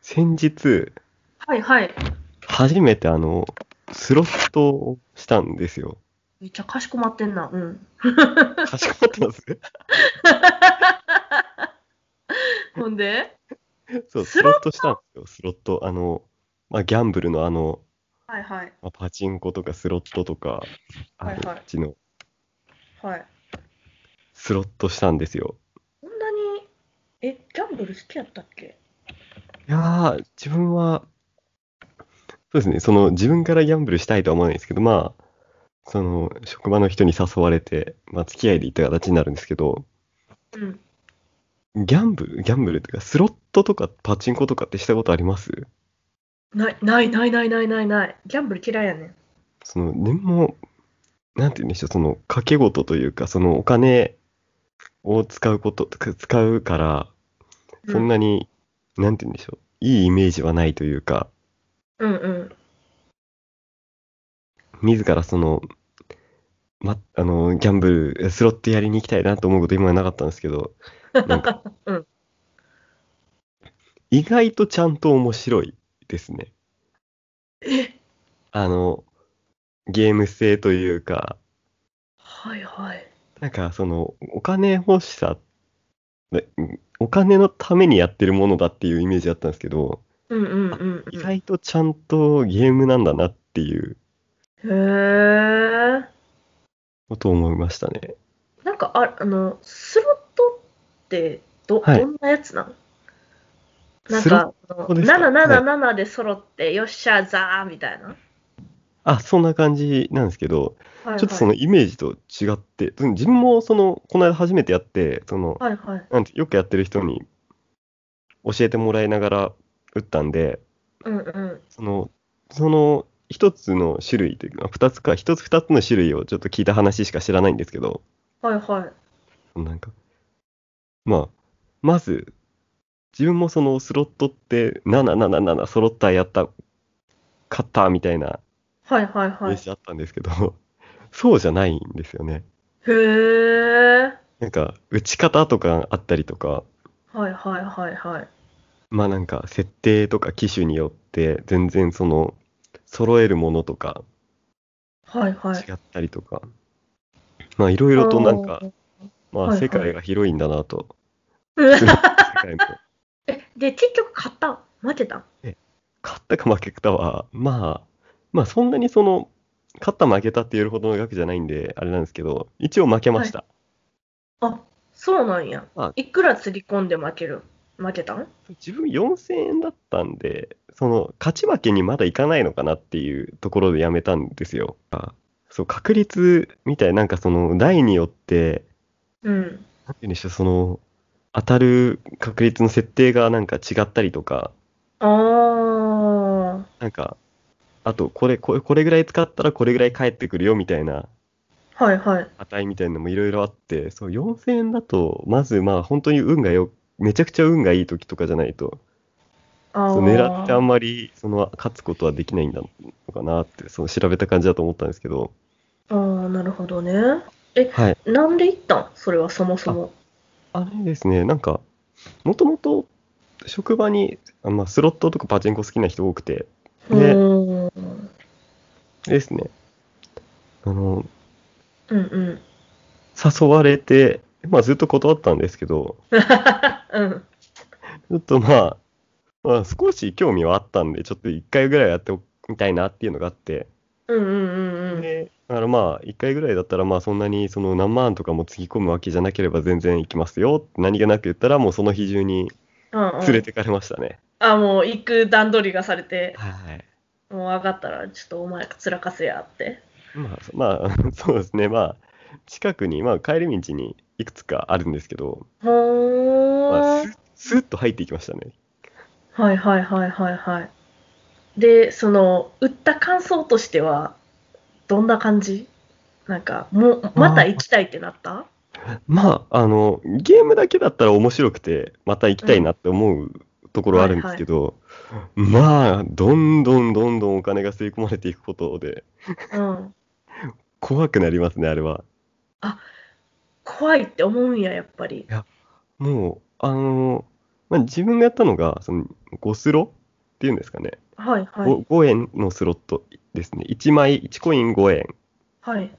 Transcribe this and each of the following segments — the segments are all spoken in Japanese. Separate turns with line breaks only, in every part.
先日、
はいはい。
初めてあの、スロットをしたんですよ。
めっちゃかしこまってんな。うん。
かしこまってます
ほんで
そう、
ス
ス
ロ
ロ
ッ
ットしたんですよ、スロット。あの、まあ、ギャンブルのあの、
はいはい。
まあ、パチンコとかスロットとか、あ
はいはい
っちの
はい。
スロットしたんですよ。
こんなに、え、ギャンブル好きやったっけ
いやー、自分は、そうですね、その自分からギャンブルしたいとは思わないですけど、まあ、その職場の人に誘われて、まあ、付き合いで行った形になるんですけど、
うん。
ギャンブル、ギャンブルっていうか、スロットとかパチンコとかってしたことあります
ない、ない、ない、ない、ない、ない、ない。ギャンブル嫌いやねん。
その、でも、なんて言うんでしょう、その、賭け事というか、そのお金を使うこと、つ使うから、
うん
そんなに、なんて言うんでしょう、いいイメージはないというか、
うんうん。
自らその、ま、あの、ギャンブル、スロットやりに行きたいなと思うこと今はなかったんですけど、なんか
うん、
意外とちゃんと面白いですね。
え
あの、ゲーム性というか、
はいはい。
なんかその、お金欲しさ、でうんお金のためにやってるものだっていうイメージだったんですけど、
うんうんうん
意
うん。へ
外とちゃんとゲームなんだなっていう
ー。
ことを思いましたね。
なんかあ、あの、スロットってど、
はい
どんなやつなのなん
スロッ
か、あの
トですか
777で揃って、よっしゃ、ザーみたいな。はい
あ、そんな感じなんですけど、
はい、
ちょっとそのイメージと違って、その自分もその、この間初めてやって、その、
はいはい。
なんてよくやってる人に教えてもらいながら打ったんで、
うんうん。
その、その、一つの種類というか、二つか、一つ二つの種類をちょっと聞いた話しか知らないんですけど、
はいはい。
なんか、まあ、まず、自分もそのスロットって、777揃ったやった、勝ったみたいな
はいはい
イ
は
メ
い。
ー
へ
ジあったんですけど、 そうじゃないんですよね。
ー。
なんか、打ち方とかあったりとか、
はいはいはいはい。
まあなんか、設定とか機種によって、全然その、揃えるものとか
はいはい。
違ったりとか、まあいろいろとなんか、ま
はいは
あ
い
世界が広いんだなと、
うわ
世界の
で、結局買ったん負けたん
勝ったか負けたは、まあ、まあそんなにその、勝った負けたって言えるほどの額じゃないんで、あれなんですけど、一応負けました。
あ、そうなんや
あ。
いくら釣り込んで負ける負けたん
自分4000円だったんで、その、勝ち負けにまだいかないのかなっていうところでやめたんですよ。あそう、確率みたいな、なんかその、台によって、
うん。
なんて言うんでしょう、その、当たる確率の設定がなんか違ったりとか、
あー。
なんか、あと、これ、これ、これぐらい使ったらこれぐらい返ってくるよみたいな
はいはい。
値みたいなのもいろいろあって、そう、4000円だと、まずまあ本当に運がよ、めちゃくちゃ運がいい時とかじゃないと、
あ
そ
ー
う狙ってあんまり、その、勝つことはできないんだのかなって、その調べた感じだと思ったんですけど、
あー、なるほどね。え、
はい。
なんで行ったんそれはそもそも。
あれですね、なんか、もともと、職場に、あまあ、スロットとかパチンコ好きな人多くて、
う
ね
ーん。うん
ですね、あの、
うん。
誘われて、まあずっと断ったんですけど、
うん。
ちょっとまあ、まあ、少し興味はあったんで、ちょっと一回ぐらいはやっておきたいなっていうのがあって、
うんうんうんうん。
で、だからまあ、一回ぐらいだったら、まあそんなにその何万とかもつぎ込むわけじゃなければ全然行きますよって何気なく言ったら、もうその日中に
うんうん
連れてかれましたね。
あ、もう行く段取りがされて、
はい。
もう上がったら、ちょっとお前つらかせやって。
まあ、そまあ、 そうですね、まあ、近くに、まあ帰り道にいくつかあるんですけど、
ほ
まあ、
ー
ス。スッと入っていきましたね。
はいはいはいはいはい。で、その、売った感想としては、どんな感じなんか、もう、また行きたいってなった
まあ、あの、ゲームだけだったら面白くて、また行きたいなって思うところはあるんですけど、まあ、どんどんどんどんお金が吸い込まれていくことで、
うん。
怖くなりますね、あれは。
怖いって思うんや、やっぱり。
もう、あの、まあ、自分がやったのが、その、5スロっていうんですかね、
はいはい。
5, 5円のスロットですね。1枚、1コイン5円
はい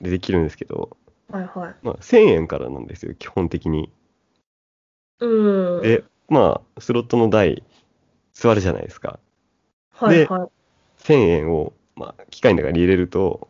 でできるんですけど、
はいはい。
まあ、1000円からなんですよ、基本的に。
うん。
で、まあ、スロットの台、座るじゃないですか。
はい
で
は
1000円を、まあ、機械の中に入れると、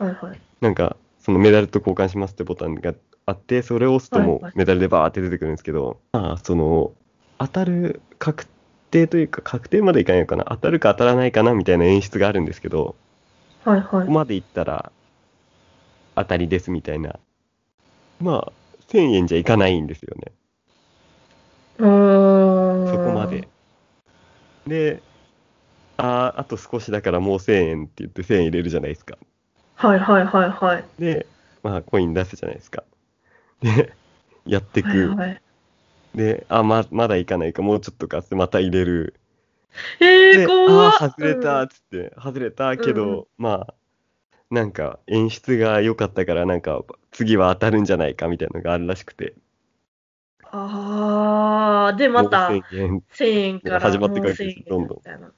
い。はいはい。
なんか、そのメダルと交換しますってボタンがあって、それを押すとも
はいはいう
メダルでバーって出てくるんですけど、まあ、その、当たる確定というか、確定までいかないのかな、当たるか当たらないかなみたいな演出があるんですけど、
はいは
こ
い
こ。までいったら当たりですみたいな。まあ、1000円じゃいかないんですよね、
うーん。
そこまで。。で、あーあと少しだからもう1000円って言って1000円入れるじゃないですか。
はいはいはいはい。
で、まあ、コイン出すじゃないですか。で、やってく。
はいはい、
で、あ、ま、まだいかないか、もうちょっとかっつって、また入れる。
え
で、
ー、怖
あ
っ
ー、外れたっつって、外れたけ
うんう
ど、まあ、なんか演出が良かったから、なんか次は当たるんじゃないかみたいなのがあるらしくて、
あー、で、また
5000円。
1000円から
始まってく
もう
わけです
1000円
どんどん
みたいな。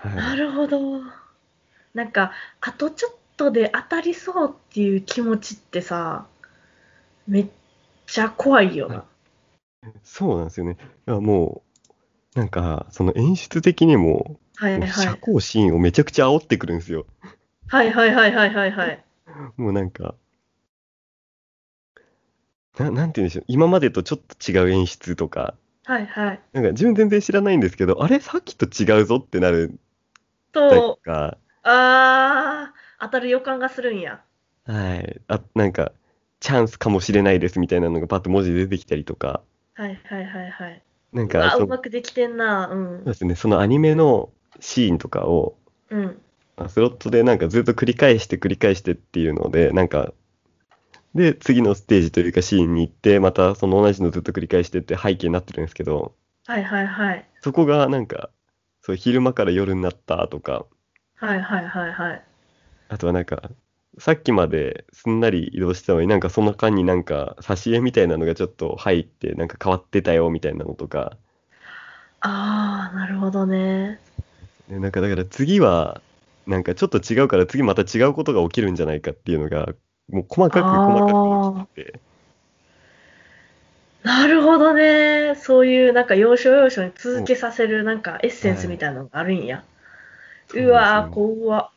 は、
ないるほど。なんか、あとちょっとで当たりそうっていう気持ちってさ、めっちゃ怖いよな。
そうなんですよね。いやもう、なんか、その演出的にも、
はい
もう
はい。
社交シーンをめちゃくちゃ煽ってくるんですよ。
はいはいはいはいはいはい。
もうなんか、ななんて言うんでしょう、今までとちょっと違う演出とか、
はいはい。
なんか自分全然知らないんですけど、あれさっきと違うぞってなると
と、
か、
あー、当たる予感がするんや。
はい、あなんか、チャンスかもしれないですみたいなのがパッと文字で出てきたりとか、
はいはいはいはい。
なんか
あ、
その
うまくできてんな。うん
そう。ですね、そのアニメのシーンとかを、
うん。
あスロットでなんかずっと繰り返して繰り返してっていうので、なんか、で、次のステージというかシーンに行って、またその同じのずっと繰り返してって背景になってるんですけど、
はいはいはい。
そこがなんか、そう昼間から夜になったとか、
はいはいはいはい。
あとはなんか、さっきまですんなり移動してたのになんかその間になんか挿絵みたいなのがちょっと入ってなんか変わってたよみたいなのとか、
あー、なるほどね。
ねなんかだから次はなんかちょっと違うから次また違うことが起きるんじゃないかっていうのがもう細かく細かく起きてて
なるほどね。そういうなんか要所要所に続けさせるなんかエッセンスみたいなのがあるんや。
そう
うわー、
こ
怖っ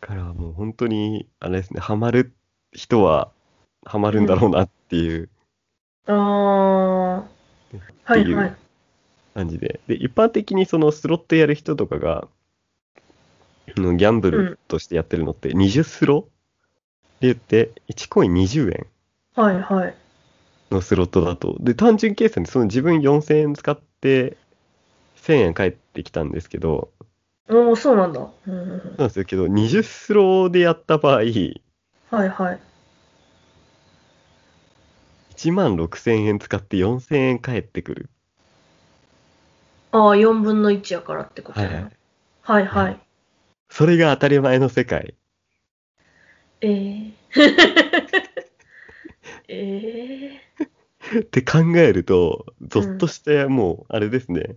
だからもう本当にあれですねハマる人はハマるんだろうなっていう
あー。はいは
っ
い。
感じで、で一般的にそのスロットやる人とかがあのギャンブルとしてやってるのって20スロで言って1コイン20円
はいはい。
のスロットだとで単純計算でその自分4000円使って1000円返ってきたんですけど
おー、そうなんだ。うんうんうん
そうなんですよけど20スローでやった場合1
はいはい。
万6000円使って4000円返ってくる
ああ、4分の1やからってことやな。はいはい。
はいそれが当たり前の世界
えー、え
って考えると、ゾッとして、もう、あれですね、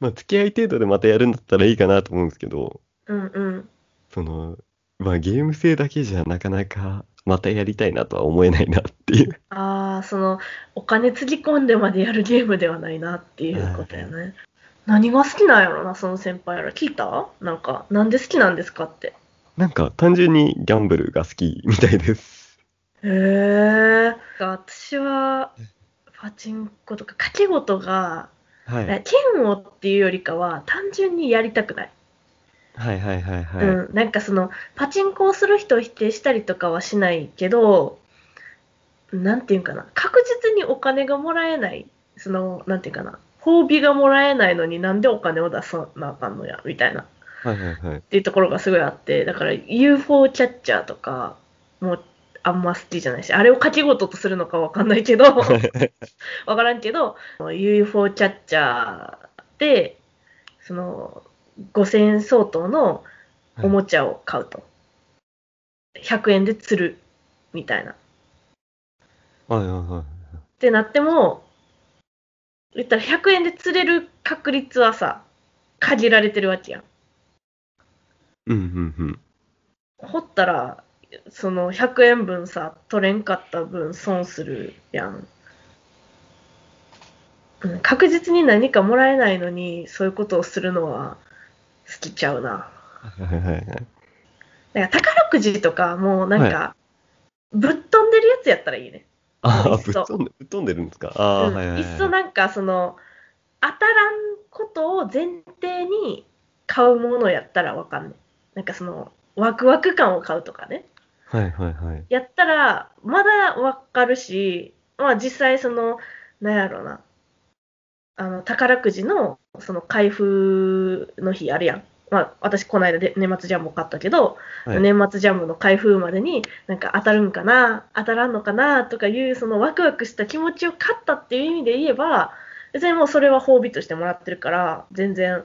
まあ、付き合い程度でまたやるんだったらいいかなと思うんですけど、
ー、うんうん。
その、まあ、ゲーム性だけじゃなかなか、またやりたいなとは思えないなって いう。
ああ、その、お金つぎ込んでまでやるゲームではないなっていうことやね。何が好きなんやろな、その先輩やら。聞いたなんか、なんで好きなんですかって。
なんか、単純にギャンブルが好きみたいです。
へえ。私は、パチンコとか、賭け事が、
はい。はい
剣をっていうよりかは、単純にやりたくない。
はいはいはい。
うん、なんかそのパチンコをする人を否定したりとかはしないけどなんていうんかな確実にお金がもらえないそのなんていうんかな褒美がもらえないのになんでお金を出さなあかんのやみたいなっ
はいはいはい。
ていうところがすごいあってだから UFO キャッチャーとかもあんま好きじゃないしあれを掛け事とするのかわかんないけどわからんけど UFO キャッチャーでその5000円相当のおもちゃを買うと。100円で釣るみたいな。っ
はいはいはい。
てなっても、言ったら100円で釣れる確率はさ、限られてるわけやん。
うんうんうん。
掘ったら、その100円分さ、取れんかった分損するやん。うん確実に何かもらえないのに、そういうことをするのは好きちゃうな。
はいはいはいはい。
なんか宝くじとか、もうなんか、ぶっ飛んでるやつやったらいいね。
ああ、
いっ
ぶっ
そ
飛んで、ぶっ飛んでるんですか。ああ、
うん
はいはいはい
っそなんかその当たらんことを前提に買うものやったらわかんないなんかそのワクワク感を買うとかね
はいはいはい。
やったらまだわかるしまあ実際そのなんやろなあの宝くじのその開封の日あるやんまあ私この間で年末ジャンボ買ったけど、
はい
年末ジャンボの開封までになんか当たるんかな当たらんのかなとかいうそのワクワクした気持ちを勝ったっていう意味で言えば別にもうそれは褒美としてもらってるから全然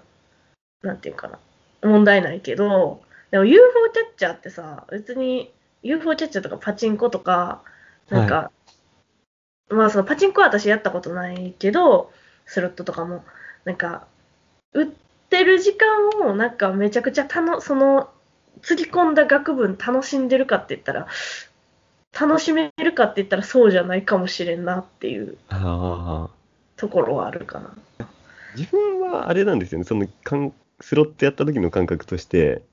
なんていうかな問題ないけどでも UFO キャッチャーってさ別に UFO キャッチャーとかパチンコとかなんか、まあそのパチンコは私やったことないけどスロットとかもなんか売ってる時間をなんかめちゃくちゃ楽そのつぎ込んだ額分楽しんでるかって言ったら楽しめるかって言ったらそうじゃないかもしれんなっていう
ああ。
ところはあるかな。
自分はあれなんですよね。その、かんスロットやった時の感覚として、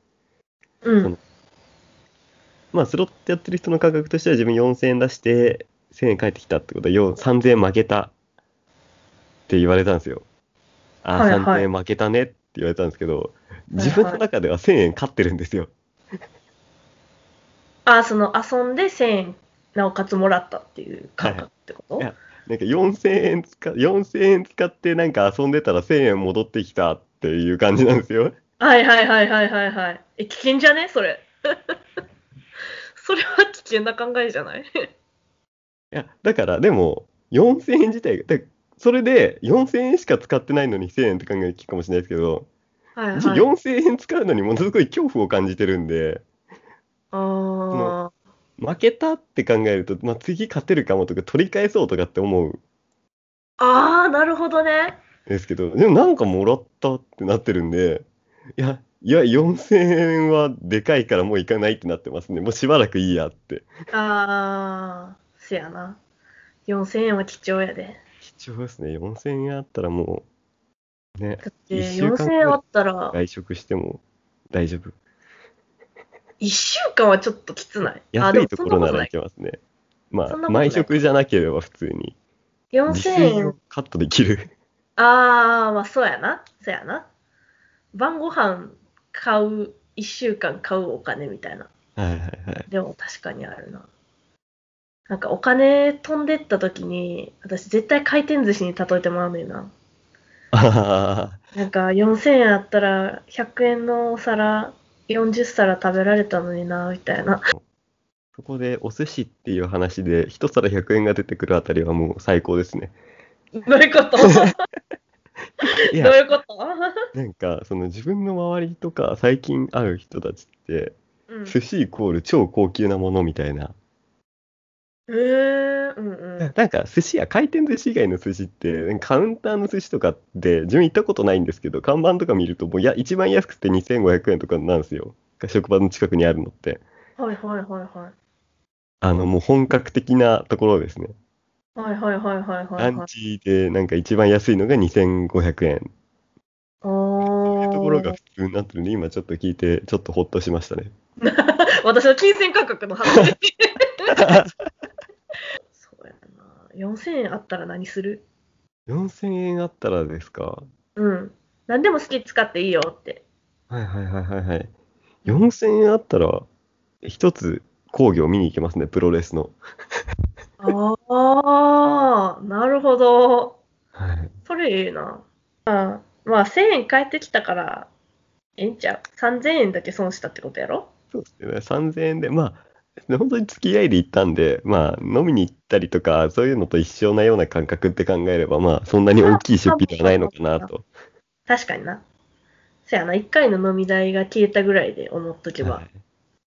う
そ
ん
の、まあ、スロットやってる人の感覚としては、自分4000円出して、1000円返ってきたってことは、よう3000円負けたって言われたんですよ。ああ、
はいは
3000
い
円負けたねって言われたんですけど、自分の中では1000円勝ってるんですよ。
あその遊んで1000円なおかつもらったっていう感覚ってこと、
はいいやなんか4000円使4000円使ってなんか遊んでたら1000円戻ってきたっていう感じなんですよ。
はいはいはいはいはいはい。え、危険じゃねそれ。 それは危険な考えじゃない
いやだからでも4000円自体がだそれで4000円しか使ってないのに1000円って考え聞くかもしれないですけど、
はいはい。
4000円使うのにものすごい恐怖を感じてるんで
あ
負けたって考えると、まあ、次勝てるかもとか取り返そうとかって思うん
ーあー、なるほどね。
ですけどでもなんかもらったってなってるんでいやいや4000円はでかいからもういかないってなってますねもうしばらくいいやって。
ああ、せやな。4000円は貴重やで。
貴重ですね。4000円あったらもう、ね、
だっ
一
て
週間
4000円あったら、
外食しても大丈夫。
1週間はちょっときつない。あ
安いところなら
ない
い。けますね。ま
そ
あ
んな、ことない
毎食じゃなければ普通に。自
4000
炊を
円。
カットでき る。
ああ、まあそうやな。そうやな。晩ご飯買う、1週間買うお金みたいな。
はいはいはい。
でも確かにあるな。なんかお金飛んでった時に、私絶対回転寿司に例えてもらうねんな。
あ
なんか4000円あったら100円のお皿40皿食べられたのにな、みたいな。
ーそこでお寿司っていう話で、一皿100円が出てくるあたりはもう最高です ね。
どういうことど
いうや、
いうこと
なんか、その自分の周りとか、最近会う人たちって、
うん。
寿司イコール超高級なものみたいな。
えー、うんうん。
なんか寿司屋回転寿司以外の寿司ってカウンターの寿司とかって自分行ったことないんですけど看板とか見るともうや一番安くて2500円とかなんですよ職場の近くにあるのって
はいはいはいはい。
あのもう本格的なところですね
はいはいはいはいは
ラ
い、は
ン
い。
チでなんか一番安いのが2500円
あ
っていうところが
ー
普通になってるんで今ちょっと聞いてちょっとほっとしましたね
私の金銭価格 の話。そうやな。4000円あったら何する
4000円あったらですか
うん。何でも好き使っていいよって。
はいはいはいはいはい4000円あったら一つ工業見に行けますねプロレスの
ああ、なるほど。
はい
それいいな。あまあ、1000円返ってきたから、ええんちゃう。3000円だけ損したってことやろ
そうですね、3000円で、まあ、本当に付き合いで行ったんで、まあ、飲みに行ったりとか、そういうのと一緒なような感覚って考えれば、まあ、そんなに大きい出費ではないのかなと。
確かにな。そやな、1回の飲み代が消えたぐらいで思っとけば。
はい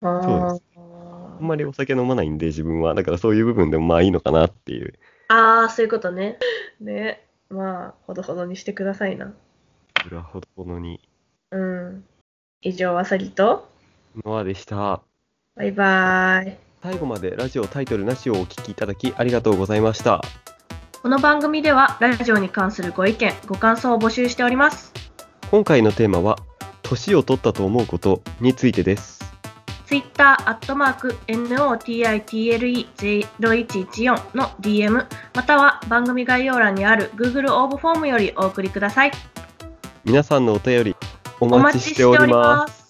あ
そうあんまりお酒飲まないんで、自分は。だからそういう部分でもまあいいのかなっていう。
ああー、そういうことね。ね。まあ、ほどほどにしてくださいな。
裏ほどほどに。
うん。以上、あさぎと、
ノアでした。
バイバーイ。
最後までラジオタイトルなしをお聞きいただきありがとうございました。
この番組では、ラジオに関するご意見、ご感想を募集しております。
今回のテーマは、年を取ったと思うことについてです。
Twitter、アットマーク、notitle0114 の DM、または番組概要欄にある Google 応募フォームよりお送りください。
皆さんのお便り、お
お
待
待
ち
ち
し
してて
お
お
り
り
ま。
ますす。